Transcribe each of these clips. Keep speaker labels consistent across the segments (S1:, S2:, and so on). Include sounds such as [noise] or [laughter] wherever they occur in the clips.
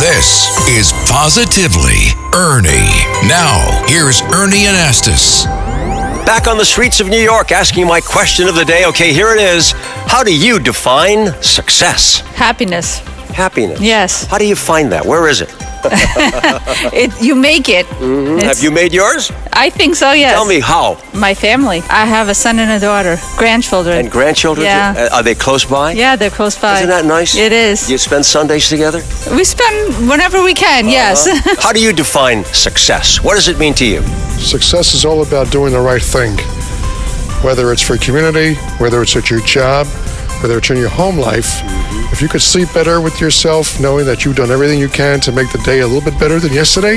S1: This is Positively Ernie. Now, here's Ernie Anastas.
S2: Back on the streets of New York, asking my question of the day. Okay, here it is. How do you define success?
S3: Happiness.
S2: Happiness.
S3: Yes.
S2: [laughs] How do you find that? Where is it?
S3: It you make it. It's-
S2: Mm-hmm. Have you made yours?
S3: I think so. Yes.
S2: Tell me how.
S3: My family. I have a son and a daughter, grandchildren.
S2: And grandchildren?
S3: Yeah.
S2: Uh, Are they close by?
S3: yeah, they're close by.
S2: Isn't that nice?
S3: It is.
S2: You spend Sundays
S3: [laughs]
S2: together?
S3: We spend whenever we can. Yes.
S2: how do you define success? What does it mean to you?
S4: Success is all about doing the right thing, whether it's for community, whether it's at your job, whether it's in your home life. If you could sleep better with yourself, knowing that you've done everything you can to make the day a little bit better than yesterday,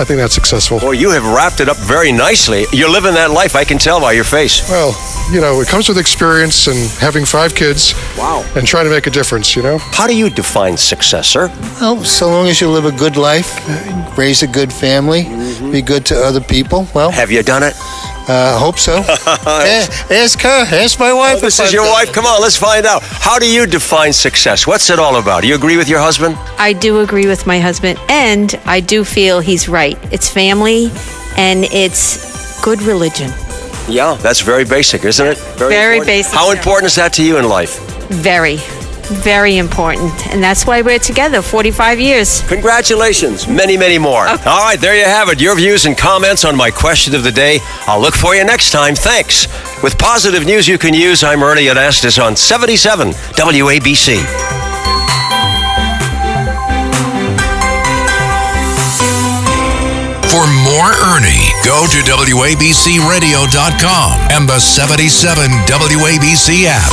S4: I think that's successful.
S2: Boy, you have wrapped it up very nicely. You're living that life, I can tell by your face.
S4: Well, you know, it comes with experience and having five kids.
S2: Wow.
S4: And trying to make a difference, you know?
S2: How do you define success, sir?
S5: Well, Oh, so long as you live a good life, uh, raise a good family,
S2: Mm-hmm.
S5: be good to other people. Well,
S2: Have you done it?
S5: uh, I
S2: [laughs]
S5: hope so. Eh, ask her. Ask my wife.
S2: Well, this
S5: if
S2: is
S5: I've
S2: your
S5: done
S2: wife.
S5: it.
S2: Come on, let's find out. How do you define success? What's it all about? Do you agree with your husband?
S6: I do agree with my husband, and I do feel he's right. It's family and it's good religion.
S2: Yeah. That's very basic, isn't it? Very,
S6: Very
S2: important.
S6: basic,
S2: How
S6: yeah.
S2: important is that to you in life?
S6: Very, very important. And that's why we're together 45 years.
S2: Congratulations. Many, many more. All right, there you have it. Your views and comments on my question of the day. I'll look for you next time. Thanks. With positive news you can use, I'm Ernie Anastas on 77 WABC.
S1: For more Ernie, go to WABCRadio.com and the 77 WABC app.